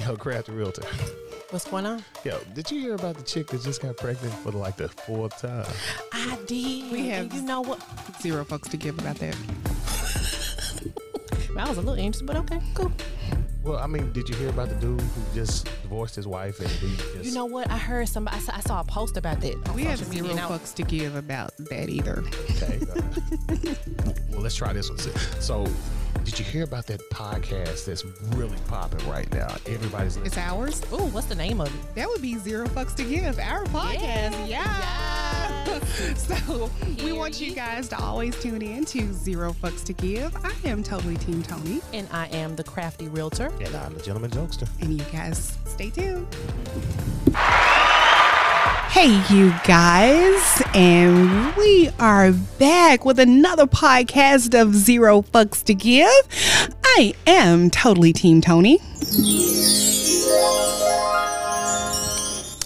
Yo, craft the realtor. What's going on? Yo, did you hear about the chick that just got pregnant for like the fourth time? I did. We have- And you know what? Zero fucks to give about that. I was a little anxious, but okay, cool. Well, I mean, did you hear about the dude who just divorced his wife and he just You know what? I heard somebody. I saw, I saw a post about that. on We have social media, zero and I- fucks to give about that either. Okay. uh, well, let's try this one. So, did you hear about that podcast that's really popping right now? Everybody's It's listening. ours. Ooh, what's the name of it? That would be zero fucks to give. Our podcast. Yeah. So we want you guys to always tune in to Zero Fucks to Give. I am totally Team Tony, And I am the crafty realtor. And I'm a gentleman jokester. and you guys stay tuned. Hey, you guys, and we are back with another podcast of Zero Fucks to Give. I am totally Team Tony.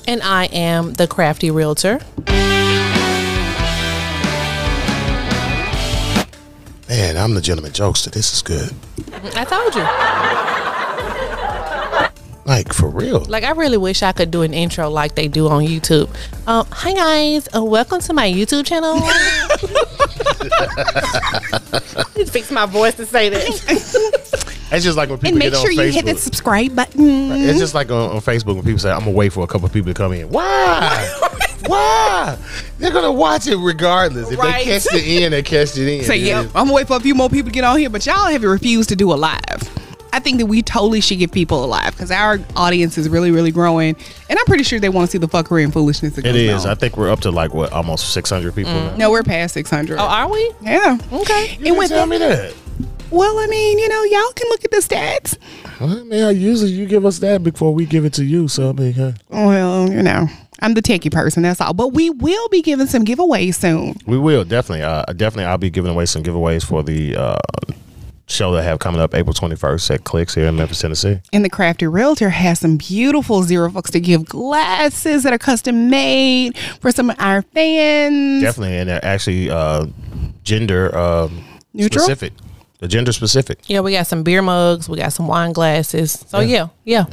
And I am the crafty realtor. Man, I'm the gentleman jokester. This is good. I told you. Like, for real. Like, I really wish I could do an intro like they do on YouTube. Um, hi, guys. Uh, welcome to my YouTube channel. It fix my voice to say that. it's just like when people And make get sure on you Facebook. hit that subscribe button. It's just like on, on Facebook when people say, I'm going to wait for a couple of people to come in. Why? Why? They're going to watch it regardless. If Right. they catch it in, they catch it in. Say, It yep, is- I'm gonna wait for a few more people to get on here, but y'all have refused to do a live. I think that we totally should get people alive because our audience is really, really growing, and I'm pretty sure they want to see the fuckery and foolishness that It goes is. I on. think we're up to like, what, almost 600 people now? no, we're past 600. Oh, are we? yeah. Okay. Mm. You And didn't with tell me that. well, I mean, you know, y'all can look at the stats. Well, man, usually you give us that before we give it to you. So I mean, huh? Well, you know, I'm the techie person. That's all. But we will be giving some giveaways soon. we will definitely, uh, definitely. I'll be giving away some giveaways for the uh, show that I have coming up April twenty first at Clicks here in Memphis, Tennessee. And the Crafty Realtor has some beautiful Zero Fucks to Give glasses that are custom made for some of our fans. Definitely, and they're actually uh, gender um, Neutral? specific. The gender specific. Yeah, we got some beer mugs. We got some wine glasses. So, yeah, yeah.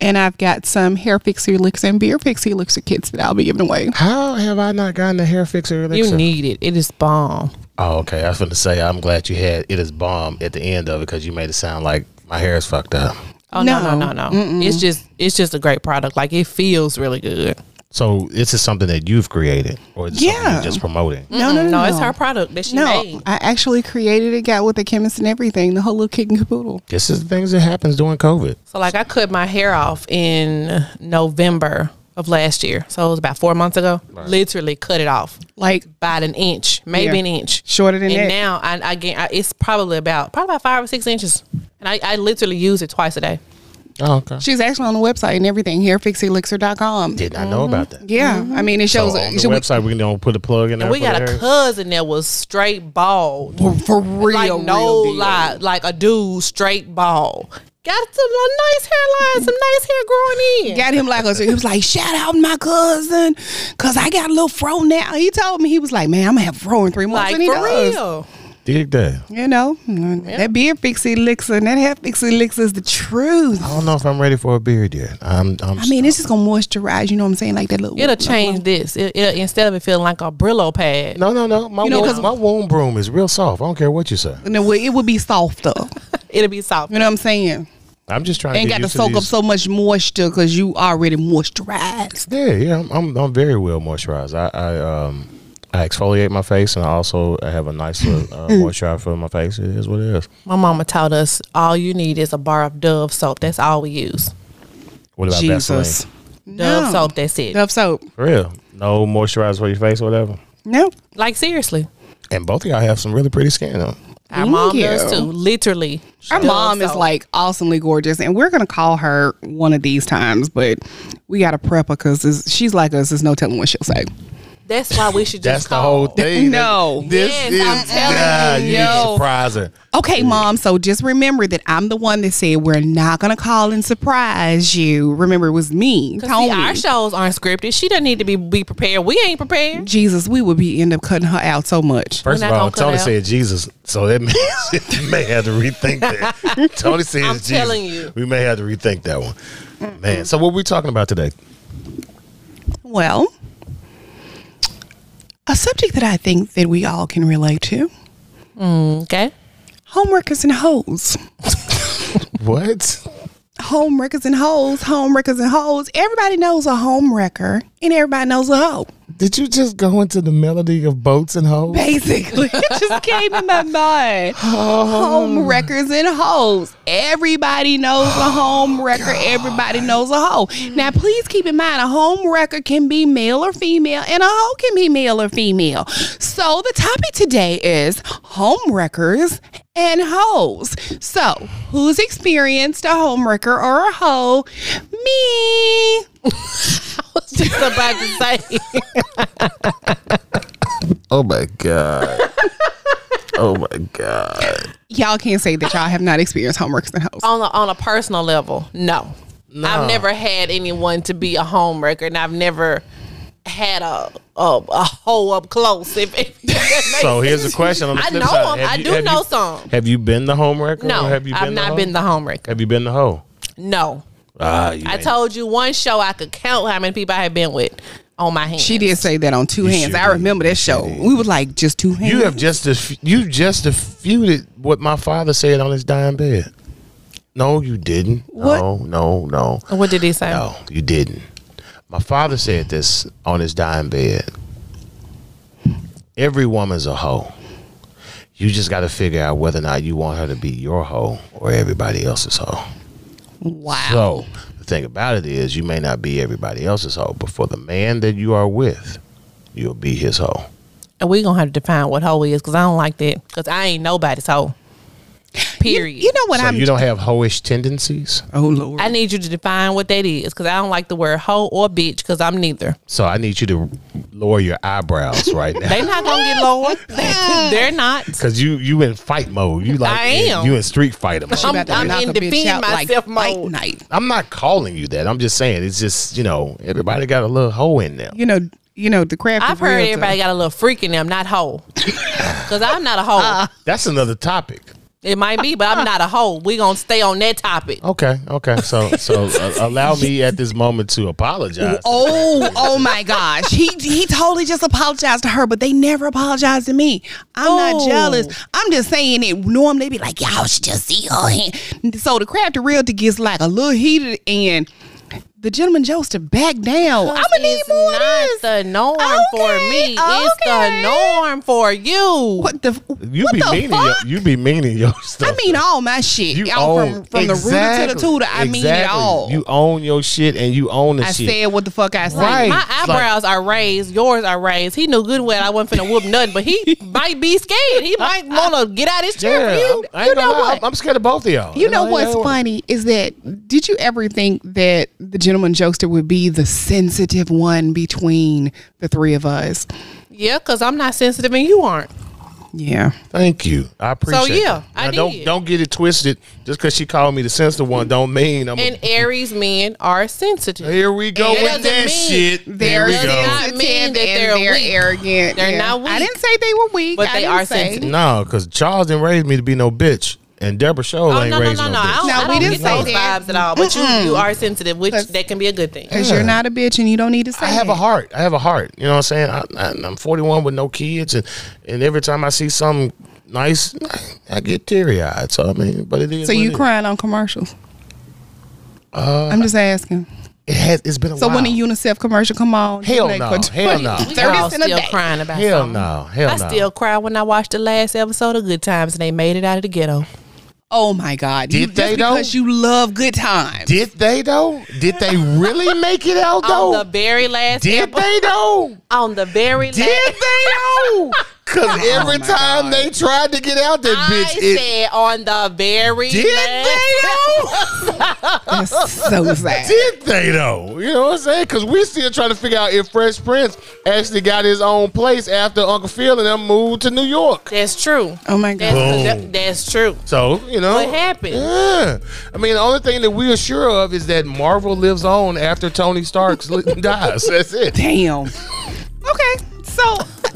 and I've got some hair fix elixir and beer fix elixir kits that I'll be giving away. How have I not gotten a hair fixer elixir? You need it. It is bomb. oh, okay. I was going to say I'm glad you had it is bomb at the end of it because you made it sound like my hair is fucked up. Oh no no no No. no! It's just it's just a great product. Like it feels really good. So this is something that you've created, or is it something Yeah. Mm. you're just promoting? No, no, no, No, it's no. her product that she No, made. I actually created it, got with the chemist and everything, the whole little kit and caboodle. This is the things that happens during COVID. So like I cut my hair off in November of last year. So it was about four months ago. Literally cut it off Like about an inch, maybe Yeah. an inch. shorter than and that. now I, I gain. I, it's probably about probably about five or six inches, and I, I literally use it twice a day. Oh, okay. She's actually on the website and everything, hairfixelixir.com. Did not know about that. Yeah, Mm-hmm. I mean, it So shows. on the should Mm-hmm. we- website, we can don't put a plug in there. We for got the a hair. cousin that was straight bald. for, for real, like no real deal. lie, like a dude straight ball. Got some a nice hairline, some nice hair growing in. Got him like a, he was like, shout out my cousin, cause I got a little fro now. He told me he was like, man, I'm gonna have fro in three months. like and he for does. real. Dig that. You know, that beard fix elixir and that hair fix elixir is the truth. I don't know if I'm ready for a beard yet. I'm. I'm I mean, it's just gonna moisturize. You know what I'm saying? Like that little. It'll change this. It, it, instead of it feeling like a Brillo pad, no, no, no. My, know, womb, 'cause- my womb broom is real soft. I don't care what you say. No, well, it would be softer. it'll be soft. You know what I'm saying? I'm just trying to Ain't got get to used soak to up these. so much moisture because you already moisturized. yeah, yeah. I'm, I'm. I'm very well moisturized. I. I um. I exfoliate my face, and I also have a nice little uh, moisturizer for my face. It is what it is. My mama taught us all you need is a bar of Dove soap. That's all we use. What about Jesus. Vaseline? Dove soap. That's it. Dove soap. For real, no moisturizer for your face or whatever. No. Like seriously, And both of y'all have some really pretty skin. Though. our Thank mom you. does too. Literally, Our Dove mom is soap. like awesomely gorgeous, and we're gonna call her one of these times. But we gotta prep her because she's like us. There's no telling what she'll say. That's why we should That's just the call. whole thing. No. This Yes, is I'm telling nah, you, you yo. surprise her. Okay, mom. So just remember that I'm the one that said we're not gonna call and surprise you. Remember, it was me, 'Cause see, Tony. our shows aren't scripted. She doesn't need to be be prepared. We ain't prepared. Jesus, we would be end up cutting her out so much. First We're of not all, gonna cut Tony out. said Jesus, so that means you may have to rethink that. Tony says I'm Jesus. telling you. we may have to rethink that one. Man, so what we talking about today? Well, a subject that I think that we all can relate to: Mm, Okay. homeworkers and hoes. What? Homewreckers and hoes, homewreckers and hoes. Everybody knows a homewrecker, and everybody knows a hoe. Did you just go into the melody of boats and hoes? Basically, it just came in my mind. Home wreckers and hoes. Everybody knows a home wrecker. Everybody knows a hoe. Now, please keep in mind a home wrecker can be male or female, and a hoe can be male or female. So, the topic today is home wreckers and hoes. So, who's experienced a home wrecker or a hoe? Me. was just about to say. Oh my god. oh my god. Y'all can't say that y'all have not experienced home wreckers and hoes. on a, on a personal level, no. No. I've never had anyone to be a homewrecker, and I've never had a a, a hoe up close. If, if that So makes here's sense. the question. On the I flip know side. 'em. Have I do have know some. Have you been the homewrecker? No, or have you I've been not the been hoe? the homewrecker. Have you been the hoe? No, Ah, you I ain't- told you one show I could count how many people I had been with on my hand. She did say that on two hands. sure I did. remember that show. We were like just two hands. You have just def- you just defuted what my father said on his dying bed. No, you didn't. No, no, no, What did he say? no, you didn't. My father said this on his dying bed. Every woman's a hoe. You just got to figure out whether or not you want her to be your hoe or everybody else's hoe. wow. So the thing about it is, you may not be everybody else's hoe, but for the man that you are with, you'll be his hoe. And we gonna have to define what hoe is because I don't like that because I ain't nobody's hoe. You, Period. you know what so I'm. you don't have hoish tendencies. oh Lord. I need you to define what that is because I don't like the word hoe or bitch because I'm neither. So I need you to lower your eyebrows right now. They not gonna get lower. They're not. Cause you you in fight mode. You like I am. you in street fighter mode. I'm, I'm- About to I'm knock in a bitch defend out like myself fight mode. night. not calling you that. I'm just saying it's just you know everybody got a little hoe in them. You know. You know the crap. I've heard everybody got a little freak in them, not hoe. Because I'm not a hoe. That's another topic. it might be, but I'm not a hoe. we going to stay on that topic. Okay, okay. So so uh, allow me at this moment to apologize. Oh, oh my gosh. He he totally just apologized to her, but they never apologized to me. I'm not Oh. jealous. I'm just saying it normally they be like, y'all should just see her hand. So the crap to realty gets like a little heated and the gentleman jokes to back down. I'm gonna need Oh, It's more of not this. the norm for Okay, me. It's the okay. norm for you. What the you what be the meaning fuck? your, you be meaning your stuff. I mean all my shit. You all own from, from the rooter to the exactly, tutor. I mean it exactly. all. You own your shit and you own the I shit. said what the fuck I said. Right. My It's like- eyebrows are raised. Yours are raised. He knew good and well I wasn't finna whoop nothing, but he might be scared. He might want to get out his chair. yeah, for you. I'm, I ain't you gonna know lie. what? I'm- I'm scared of both of y'all. You know I- I- what's I- funny is that did you ever think that the gentleman jokester would be the sensitive one between the three of us? Yeah, because I'm not sensitive and you aren't. Yeah. Thank you. I appreciate. yeah, it. I Now, don't did. don't get it twisted. Just because she called me the sensitive one, don't mean I'm. And A, Aries men are sensitive. here we go It with doesn't that mean- shit. There we does go. not- mean that they're weak. arrogant. They're not I weak. didn't say they were weak, But I they didn't are say- sensitive. No, because Charles didn't raise me to be no bitch, and Deborah Scholl Oh ain't no no raised no no! no I bitch. don't, No, I we don't didn't get say those that. vibes at all. But you you are sensitive, which that can be a good thing. Cause you're not a bitch and you don't need to say. I have a it. heart. I have a heart. You know what I'm saying? I, I, I'm 41 with no kids, and and every time I see something nice, I get teary eyed. So I mean, but it is. So what you it Uh, is. crying on commercials? I'm just asking. It has. It's been a So while. when the UNICEF commercial come on, you Hell like, no. for Hell no. 20, We all 30 cent a still day. crying about Hell something. no. Hell I no. still cry when I watched the last episode of Good Times and they made it out of the ghetto. Oh my God! you, Did just they though? because you love good times. Did they though? Did they really make it out On though? the very last Did episode. they though? On the very Did last they though? Because every time they tried to get out that I bitch, it said on the very did last they though? so sad. Did they though? You know what I'm saying? Because we still trying to figure out if Fresh Prince actually got his own place after Uncle Phil and them moved to New York. That's true. Oh my That's, god. Boom. that- that's true. So you know What happened? Yeah, I mean the only thing that we are sure of is that Marvel lives on after Tony Stark dies. That's it. Damn. Okay. So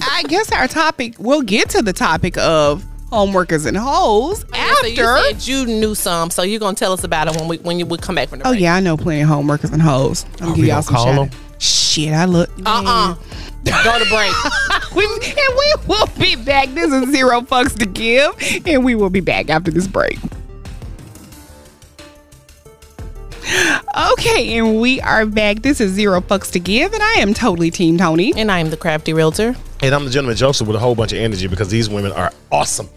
I guess our topic we'll get to the topic of home workers and hoes Oh, So you after. said you knew some, so you're gonna tell us about it when we when you would come back from the Oh break. yeah, I know plenty of home workers and hoes. I'm gonna give we gonna y'all some call shout 'em? out. Shit, I look. Uh uh Go to break. we, and we will be back. This is zero fucks to give, and we will be back after this break. Okay, and we are back. This is zero fucks to give, and I am totally Team Tony. and I'm the crafty realtor. And I'm the gentleman jokester with a whole bunch of energy because these women are awesome.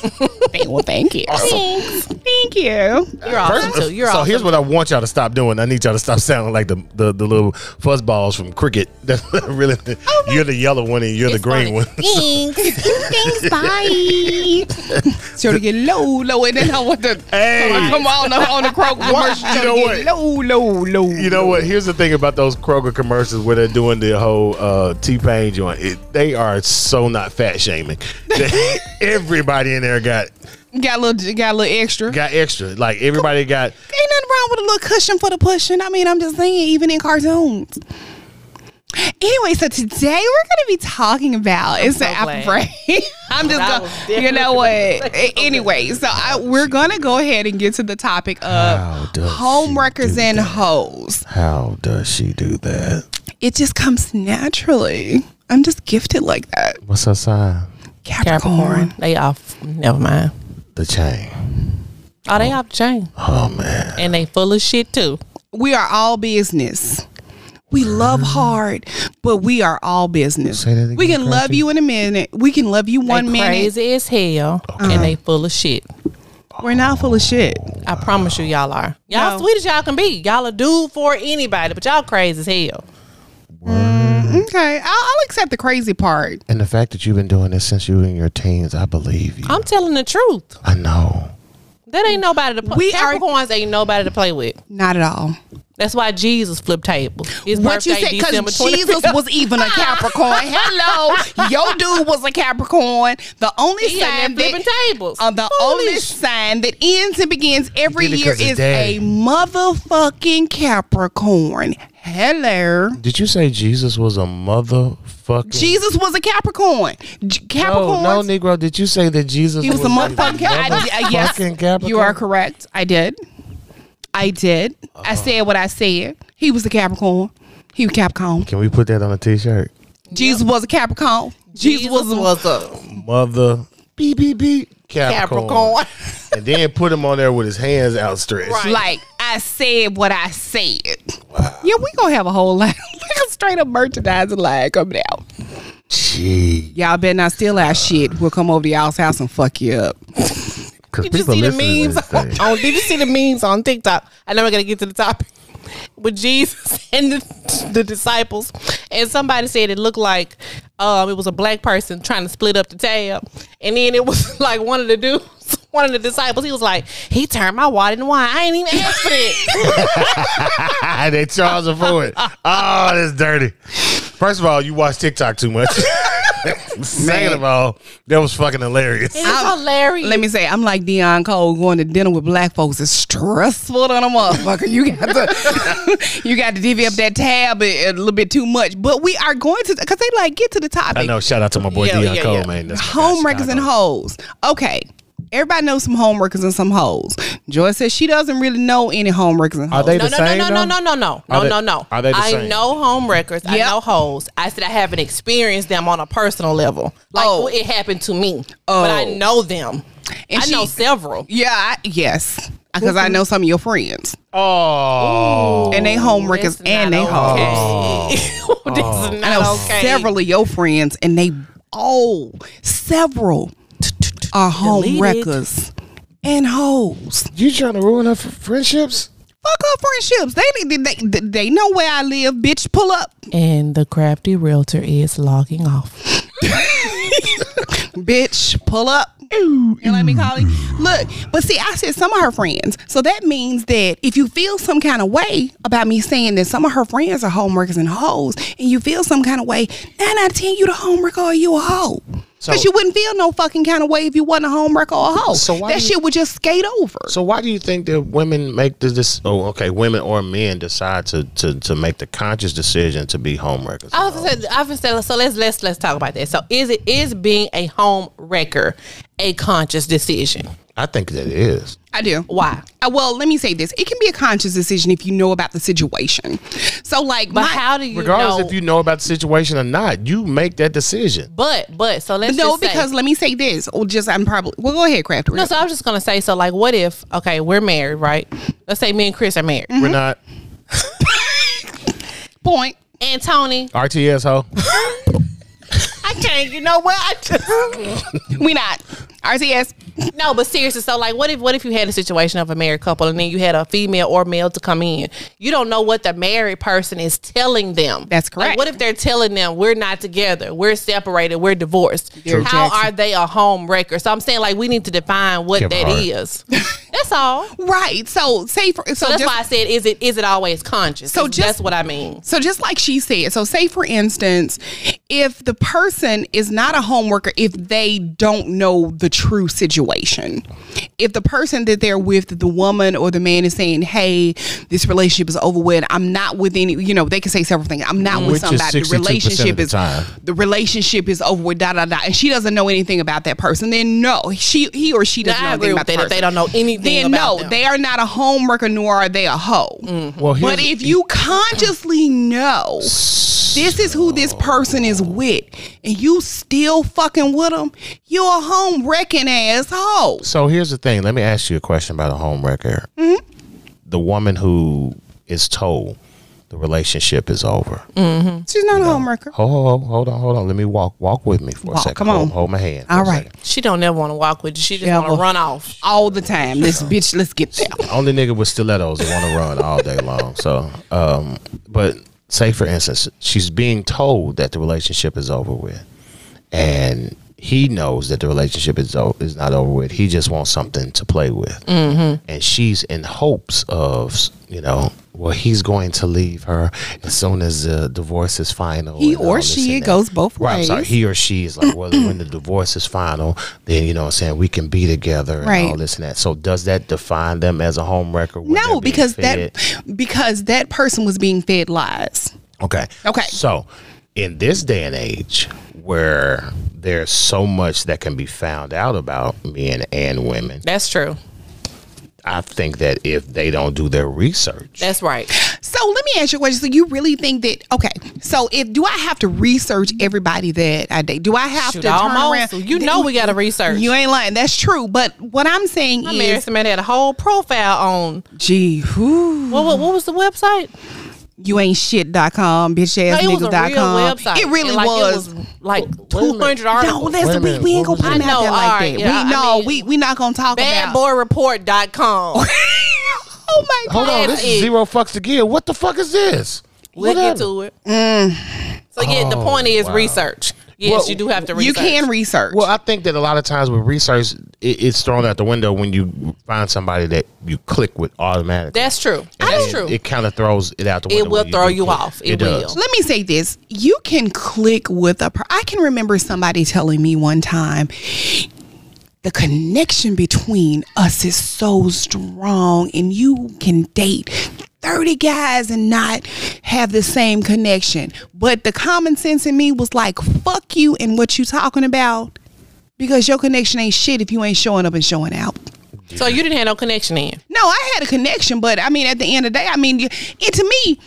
well, thank you. Thanks. Thank you. You're awesome too. You're so awesome. here's what I want y'all to stop doing. I need y'all to stop sounding like the the, the little fuzzballs from cricket. That's really Oh you're the yellow one and you're the green funny. one. Thanks. Thanks, bye. so to get low, low, and then I want to Hey. come on up on the croak commercial. You to know get Low, low, low. You know what? Here's the thing about those Kroger commercials where they're doing the whole uh, T Pain joint. It, they are so not fat shaming. They- everybody in there got got a little, got a little extra. got extra. Like everybody got. Ain't nothing wrong with a little cushion for the pushing. I mean, I'm just saying, even in cartoons. Anyway, so today we're going to be talking about it's the so glad. apple brain. I'm just That going, was different. you know what? A- anyway, so I, we're going to go ahead and get to the topic How of does she home wreckers do and that? hoes. How does she do that? It just comes naturally. I'm just gifted like that. What's her sign? Capricorn. They off. Never mind. The chain. Oh, they off the chain, Oh man. and they full of shit too. We are all business. We love hard, but we are all business. Ah. Say that again, we can love Crafty. you in a minute. We can love you one they minute. Mm-hmm. crazy as hell, and they full of shit. We're not full of shit. Oh. I promise you, y'all are. Y'all No. sweet as y'all can be. Y'all a dude for anybody, but y'all crazy as hell. Okay, I'll, I'll accept the crazy part. And the fact that you've been doing this since you were in your teens, I believe you. I'm telling the truth. I know. That ain't nobody to play. We are- Capricorns ain't nobody to play with. Not at all. That's why Jesus flipped tables. His What you birthday, said? December Because Jesus 25th. was even a Capricorn. Hello, your dude was a Capricorn. The only He in there sign flipping that tables. uh, the only Foolish. sign that ends and begins every did it year 'cause his is dad. a motherfucking Capricorn. Hello. Did you say Jesus was a motherfucking? Jesus was a Capricorn. J- Capricorn. No, no, Negro. Did you say that Jesus? He was a motherfucking Cap- I, I- yes, motherfucking Capricorn? you are correct. I did. I did. Uh-huh. I said what I said. He was a Capricorn. He was Capricorn. Can we put that on a T-shirt? Jesus was a Capricorn. Jesus, Jesus was a was a Mother. B B B. Capricorn. Capricorn. and then put him on there with his hands outstretched. Right. like I said what I said. Yeah, we gonna have a whole lot like a straight up merchandising line coming out. Gee. Y'all better not steal our shit. We'll come over to y'all's house and fuck you up. Because Did you people see the listening to memes? this thing. on, Oh, did you see the memes on TikTok? I know we're gonna get to the topic with Jesus and the, the disciples, and somebody said it looked like um, it was a black person trying to split up the tab, and then it was like one of the dudes, one of the disciples. He was like, "He turned my water into wine. I ain't even asked for that." they charge him for it. Oh, that's dirty. First of all, you watch TikTok too much. Second of all, that was fucking hilarious. It was hilarious. Let me say, I'm like Dion Cole going to dinner with black folks. It's stressful than a motherfucker. You got to, you got to divvy up that tab a, a little bit too much. But we are going to, because they like get to the I topic. know. Shout out to my boy Yeah, Dion yeah, Cole, yeah. man. That's my guy, Home wreckers and Chicago. hoes. Okay. Everybody knows some home wreckers and some hoes. Joy says she doesn't really know any home wreckers and hoes. Are they No, the no, same? no, no, though? no, no, no, no, Are no, they- no, no. Are they the I same? know home records. Yep. I know hoes. I said I haven't experienced them on a personal level. Like Oh. it happened to me, but I Oh. know them. And I know Mm-hmm. she- several. yeah, I, yes. Because I know some of your friends. Oh, and they home wreckers That's and they not hoes. okay. That's Oh. I know not okay. several of your friends, and they all several are home Deleted. wreckers and hoes. you trying to ruin her f- friendships? Fuck her friendships. They, they they they know where I live, bitch. Pull up, And the crafty realtor is logging off. bitch. Pull up. ooh, you know what I mean, Colleen? Look, but see, I said some of her friends. So that means that if you feel some kind of way about me saying that some of her friends are homeworkers and hoes, and you feel some kind of way, nine out of ten, you the homewrecker or you a hoe. So- Because you wouldn't feel no fucking kind of way if you wasn't a homewrecker or a hoe. So why that do you- shit would just skate over. So why do you think that women make the this? Oh, okay, women or men decide to to, to make the conscious decision to be homewreckers. I was gonna say, I was gonna say, so let's let's let's talk about that. So is it is being a home wrecker a conscious decision? I think that it is. I do. Why? Uh, well, let me say this: it can be a conscious decision if you know about the situation. So, like, But my- how do you Regardless know, if you know about the situation or not, you make that decision. But but so let's No, just say- because let me say this. Or just I'm probably well. Go ahead, Craft. no. So I was just gonna say so like what if okay we're married right? Let's say me and Chris are married We're not point. and Tony RTS ho. I can't. You know what? I just We not RTS. no, but seriously. So, like, what if what if you had a situation of a married couple and then you had a female or male to come in? You don't know what the married person is telling them. That's correct. Like, what if they're telling them we're not together, we're separated, we're divorced? True. How Jackson. are they a home wrecker? So I'm saying like we need to define what Kevin that Hart. is. That's all. Right. So say for so, So that's just, why I said is it is it always conscious? So So just- that's what I mean. So just like she said, so say for instance, if the person is not a home worker, if they don't know the true situation, if the person that they're with, the woman or the man is saying, "Hey, this relationship is over with. I'm not with any," you know, they can say several things. I'm not with Mm-hmm. Which is somebody. 62% of the is time. the relationship is over with. Da da da. And she doesn't know anything about that person. Then no, she he or she Now, doesn't I know agree anything with about that. that. If they don't know anything, Then about no, them. Mm-hmm. they are not a home worker, nor are they a hoe. Well, here's- but if you consciously know this is who this person is with, and you still fucking with them, you a home wrecking asshole. So here's the thing. Let me ask you a question about a home wrecker. The woman who is told the relationship is over. She's not a home wrecker. Hold, hold, hold on, hold on. Let me walk. Walk with me for a Walk, second. come Hold- on. Hold, my hand. for All a right. second. she don't ever want to walk with you. She just Yeah, want well- to run off. All the time. This bitch, let's get there. Only nigga with stilettos that want to run all day long. So, um, but say for instance, she's being told that the relationship is over with, and he knows that the relationship is o- is not over with. He just wants something to play with, mm-hmm. and she's in hopes of you know. Well, he's going to leave her as soon as the divorce is final. He and or all this she, and it that. goes both Right, I'm sorry. ways. He or she is like, well, when the divorce is final, then you know what I'm saying we can be together and Right. all this and that. So does that define them as a home wrecker? when they're No, being because fed? that because that person was being fed lies. Okay. Okay. So, in this day and age where there's so much that can be found out about men and women, That's true. I think that if they don't do their research, That's right. So let me ask you a question. So you really think that okay? So if do I have to research everybody that I date? Do I have Shoot, to turn almost. around? You know we got to research. You ain't lying. That's true. But what I'm saying I married is, somebody that had a whole profile on. gee, whoo, What, what, what was the website? you ain't shit.com, bitch ass it was a real niggas.com. website. It really And, like, was. It was like two hundred articles. no, that's Wait the a we, minute, we ain't what was gonna put it? it out I there know, like all right, that. yeah, I we no, mean- we we not gonna talk about. Badboyreport.com. oh my god! hold on, this is it. zero fucks to give. What the fuck is this? we'll Whatever. get to it. So yeah, the point is research. Yes, Well, you do have to. research. You can research. Well, I think that a lot of times with research, it, it's thrown out the window when you find somebody that you click with automatically. That's true. And That's it- true. It kind of throws it out the window. It will when throw do you click. off. It will. Let me say this. You can click with a per- I can remember somebody telling me one time the connection between us is so strong and you can date 30 guys and not have the same connection. But the common sense in me was like, fuck you and what you talking about because your connection ain't shit if you ain't showing up and showing out. so you didn't have no connection in. No, I had a connection, but I mean, at the end of the day, I mean, you- it to me,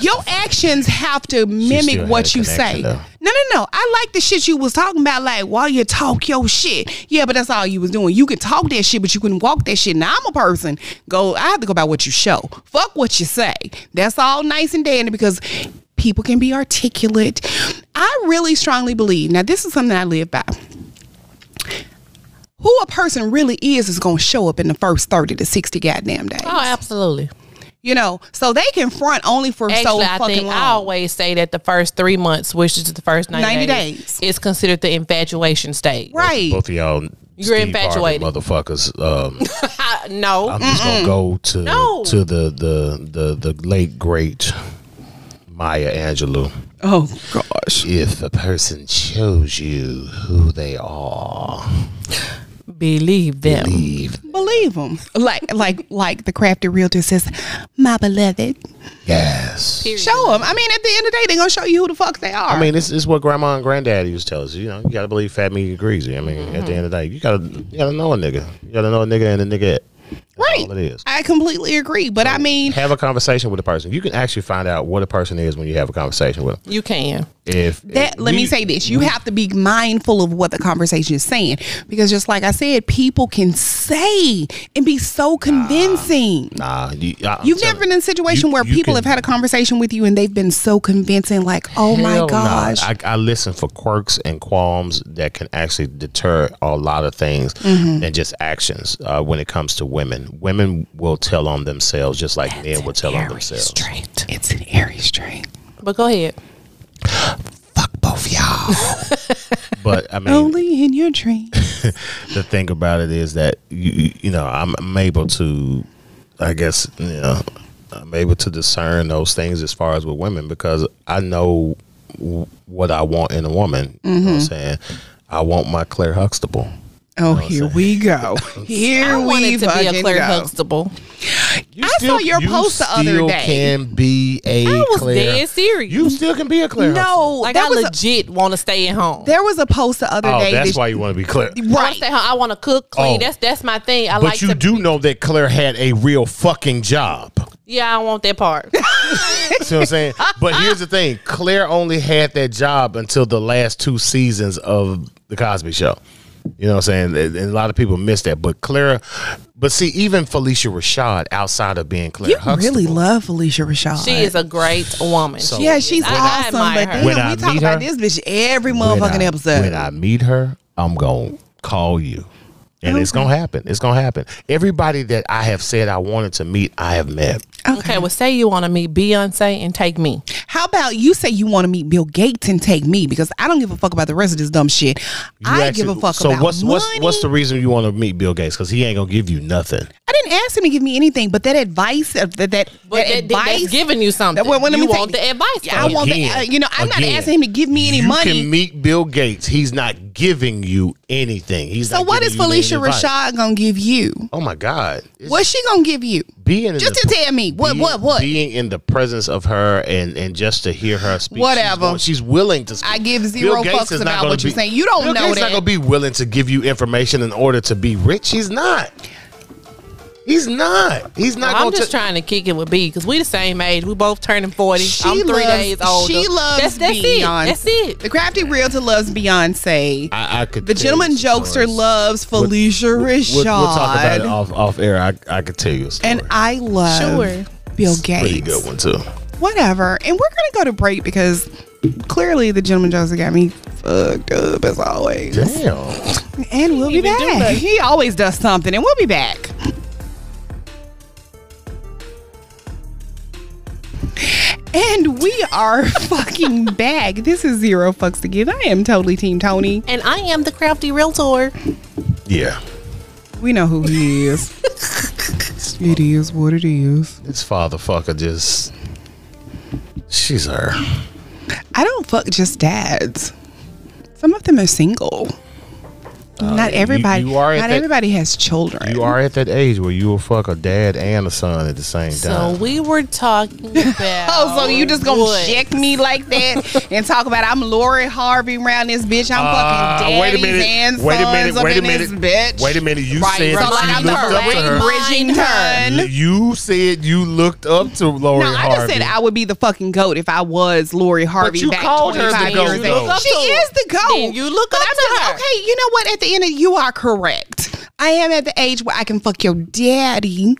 your actions have to still mimic had what a you connection, say. though. No, no, no. I like the shit you was talking about, like while you talk your shit. Yeah, but that's all you was doing. You could talk that shit, but you couldn't walk that shit. Now I'm a person. Go. I have to go by what you show. Fuck what you say. That's all nice and dandy because people can be articulate. I really strongly believe. Now, this is something I live by who a person really is is going to show up in the first 30 to 60 goddamn days. Oh, absolutely. You know, so they can front only for so Actually, I fucking think long. I always say that the first three months, which is the first 90, 90 days, days. is considered the infatuation stage. right. Both of y'all You're Steve Harvey infatuated. motherfuckers. Um, I- no. I'm just gonna go to No. to the, the the the late great Maya Angelou. Oh gosh. If a person shows you who they are, believe them. leave. Believe him. Like like like the crafty realtor says, my beloved. Yes. Show him. I mean, at the end of the day, they're gonna show you who the fuck they are. I mean, this is what Grandma and Granddad used to tell us. You know, you gotta believe fat, meat, and greasy. I mean, at the end of the day, you gotta you gotta know a nigga. You gotta know a nigga and a nigga. right. all it is. I completely agree. But I mean, Have a conversation with a person. You can actually find out what a person is when you have a conversation with them. You can. If that if let we- me say this you have to be mindful of what the conversation is saying because just like i said people can say and be so convincing nah, you, I- I'm You've telling never been in a situation you- where you people can- have had a conversation with you and they've been so convincing, like, oh Hell my nah. gosh. I, I listen for quirks and qualms that can actually deter a lot of things Mm-hmm. and just actions uh, when it comes to women. Women will tell on themselves just like men will tell on themselves. Straight. It's an Aries trait. But go ahead. Fuck both y'all. but I mean, Only in your dreams. the thing about it is that you you- you know I'm, I'm able to, I guess you know, I'm able to discern those things as far as with women because I know w- what I want in a woman. You know what I'm saying? I want my Claire Huxtable. Oh, here we go. Here I we wanted to be a fucking Claire go. Huxtable. You I saw your post the other still day. Can be a I was Claire. dead serious. You still can be a Claire. Huxtable. No, Like that I was a, legit want to stay at home. there was a post the other Oh, day. that's that- why you want to be Claire. I want Right. to stay home. I want to cook, Oh. clean. That's that's my thing. I But like you to. do know that Claire had a real fucking job. yeah, I want that part. See what I'm saying? But here's the thing: Claire only had that job until the last two seasons of the Cosby Show. You know what I'm saying? And and a lot of people miss that. But Claire, but see, even Felicia Rashad, outside of being Claire, You Huxtable, really love Felicia Rashad. she is a great woman. So- Yeah, she's I- I awesome. admire but her. damn, When I we talk meet about her- this bitch every when motherfucking I- episode. When I meet her, I'm gonna call you. And it's gonna happen. It's gonna happen. Everybody that I have said I wanted to meet, I have met. okay, well, say you want to meet Beyonce and take me. How about you say you want to meet Bill Gates and take me because I don't give a fuck about the rest of this dumb shit. You I actually- give a fuck So about what's money. what's what's the reason you want to meet Bill Gates? Because he ain't gonna give you nothing. I didn't ask him to give me anything, but that advice, uh, that that, But that that, advice, that's giving you something. That- well, let you me tell want you- the advice. Yeah, I from want him. the- uh, you know, I'm not again, asking him to give me any you money. can meet Bill Gates. He's not giving you anything. He's so not what giving is you any Felicia advice. Rashad gonna give you? Oh my God! It's What's she gonna give you? being in Just the- to tell me what being- what what? being in the presence of her and and just to hear her speak. she's Whatever. going- She's, willing to. speak. I give Bill zero Gates fucks is not about gonna what you're be- saying. You don't Bill know Gates that. not gonna be willing to give you information in order to be rich. He's not. He's not. He's not I'm gonna. just t- trying to kick it with B because we the same age. We both turning forty. She I'm three loves- days older. She loves that's, that's Beyonce. It. That's it. The crafty realtor loves Beyonce. I, I could. the tell gentleman you some jokester stories. loves Felicia Rashad. We'll, we'll talk about it off off air. I I could tell you. A story. And I love Sure. Bill pretty Gates. good one too. Whatever. And we're gonna go to break because clearly the gentleman Joseph got me fucked up as always. Damn. And we'll be even do back. that. He always does something, and we'll be back. And we are fucking back. This is zero fucks to give. I am totally team Tony. And I am the crafty realtor. Yeah. We know who he is. it is what it is. This father fucker just. She's her. I don't fuck just dads. Some of them are single. not Oh, you- everybody. you are at not that- everybody has children. You are at that age where you will fuck a dad and a son at the same So time. we were talking about. Oh, so you just gonna what? check me like that and talk about I'm Lori Harvey around this bitch? I'm Ah, fucking daddies and sons up in this bitch. Wait a minute. You Right, said so that like you I'm looked the up to her. rainbow Bridging Mind her. You said you looked up to Lori No, I Harvey. just said I would be the fucking goat if I was Lori Harvey you back called her the 25 goat, years though. You look ago. up She to her. is the goat. Then you look but up I'm to just- her. Okay, you know what? At the end of you are correct. I am at the age where I can fuck your daddy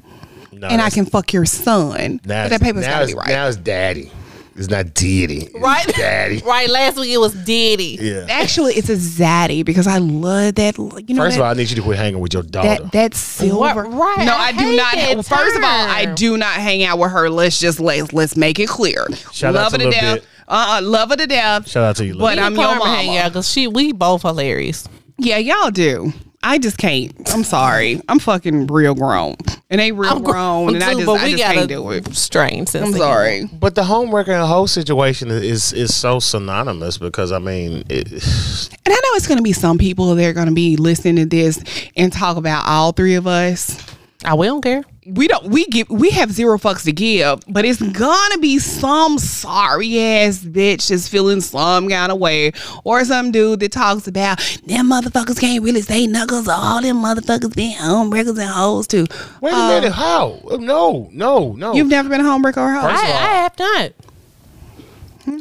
No, and I that's- can fuck your son. now but that it's- paper's now gotta be it's- right. Now it's daddy. It's not deity. It's Right, Daddy. right. Last week it was Diddy. Yeah. Actually, it's a zaddy because I love that. You know, First that, of all, I need you to quit hanging with your daughter. that that silver. What? Right, oh. No, I, I do hate not. that First of all, I term. do not hang out with her. Let's just let let's make it clear. Shout out love to her to Lil death. Bit. Uh, uh love her to death. Shout out to you, Lil But Bit. I'm your Carmen mama. hang out because she we both hilarious. Yeah, y'all do. I just can't. I'm sorry. I'm fucking real grown, and they real gr- grown, and I too, just, but I we just got can't a do it. Strain. Sense I'm of sorry. But the homewrecker and whole situation is is so synonymous because I mean, it, And I know it's going to be some people that are going to be listening to this and talk about all three of us. humor. I we don't care. We don't. We give. We have zero fucks to give. But it's Mm-hmm. gonna be some sorry ass bitch that's feeling some kind of way, or some dude that talks about them motherfuckers can't really say knuckles. All them motherfuckers been homewreckers and hoes too. wait a Uh, minute, how? No, no, no. You've never been a homewrecker or a hoe. I, First of all- I have not.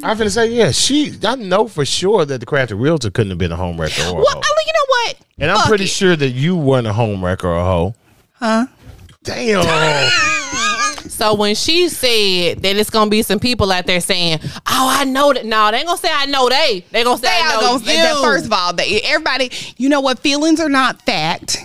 I'm finna say, yeah, she. I know for sure that the crafted realtor couldn't have been a homewrecker or a Well, hoe. I- you know what? and I'm Fuck pretty it. sure that you weren't a homewrecker or a hoe. Huh? Damn. So when she said that it's gonna be some people out there saying, "Oh, I know that," no, they ain't gonna say I know they. They gonna say They I are know gonna say that you. first of all, they, everybody, you know what? Feelings are not fact,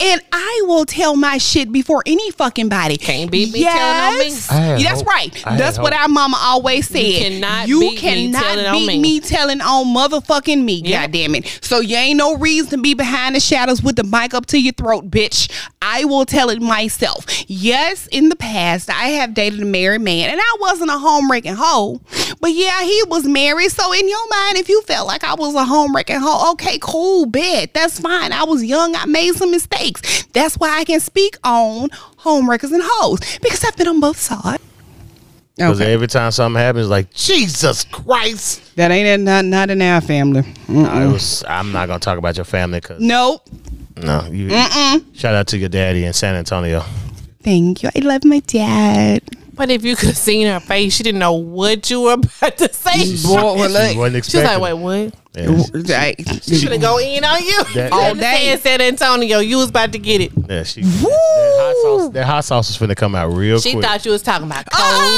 and I will tell my shit before any fucking body. Can't beat me telling on me. Yes. I had That's hope. right. I had That's what hope. our mama always said. cannot You beat me cannot telling on beat me. me telling on motherfucking me. Yeah. God damn it. So you ain't no reason to be behind the shadows with the mic up to your throat, bitch. I will tell it myself. Yes, in the past, I have dated a married man and I wasn't a homewrecking hoe. But yeah, he was married. So in your mind, if you felt like I was a homewrecking hoe, okay, cool, bet. That's fine. I was young. I made some mistakes. That's why I can speak on homewreckers and hoes because I've been on both sides. Because every time something happens, like Jesus Christ. That ain't in, not not in our family. Mm. I was, I'm not gonna talk about your family because Nope. no, you. Shout out to your daddy in San Antonio. Thank you. I love my dad. But if you could have seen her face, she didn't know what you were about to say. Boy, well, she wasn't look. She was like, expecting. "Wait, what?" Yeah, she- Like, Should have go in on you. That- you All had to day. say in San Antonio, you was about to get it. yeah, she- that, hot sauce, that hot sauce is finna come out real She quick. thought you was talking about Oh,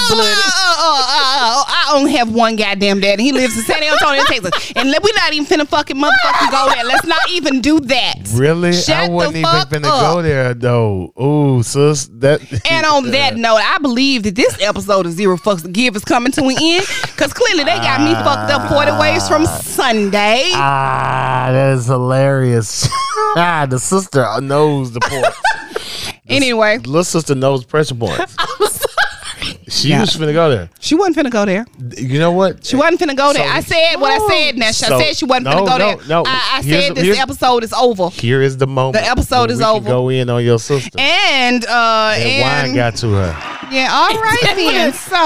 cold blooded. oh, oh, oh, oh, I only have one goddamn dad. and He lives in San Antonio, Texas. And we're not even finna fucking motherfucking go there. Let's not even do that. Really? I Shut the wasn't even fuck finna up. go there though. Ooh, sis, that And on that note, I believe that this episode of Zero Fucks to Give is coming to an end because clearly they got me fucked up 40 ways from Sunday. Ah, that is hilarious. ah, the sister knows the points. Anyway, Little sister knows pressure points. She was finna go there. she wasn't finna go there. You know what? She wasn't finna go there. So- Oh. I said what I said, Nash. So- I said she wasn't no, finna go no, there. no. I, I Here's said the- this here's- episode is over. Here is the moment. The episode where is we can over. go in on your sister. And uh that and, wine got to her. yeah, all right then. So